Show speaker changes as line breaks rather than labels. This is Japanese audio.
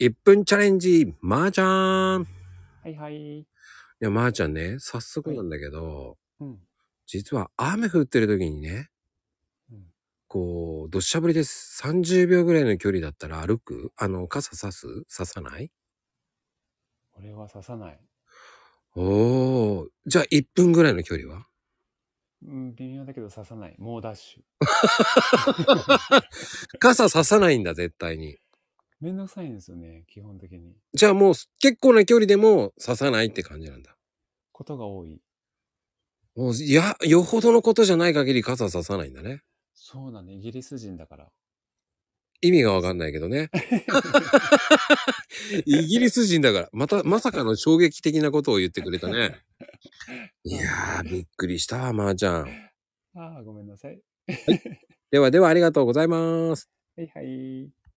1分チャレンジ、まー、ちゃん。い
はいはい。
や、まー、ちゃんね、早速なんだけど、
うん。
実は雨降ってる時にね、
うん
こう、どっしゃ降りです。30秒ぐらいの距離だったら歩くあの、傘さすささない
俺は刺さない。
おー。じゃあ1分ぐらいの距離は
うん、微妙だけど刺さない。猛ダッシュ。
傘ささないんだ、絶対に。
めんどくさいんですよね、基本的に。
じゃあもう結構な距離でもささないって感じなんだ。
ことが多い。
もう、いや、よほどのことじゃない限り傘ささないんだね。
そうだね、イギリス人だから。
意味がわかんないけどね。 イギリス人だから、また、まさかの衝撃的なことを言ってくれたね。いやー、びっくりしたわ、まー、ちゃん。
ああ、ごめんなさい。
ではではありがとうございます。
はいはい。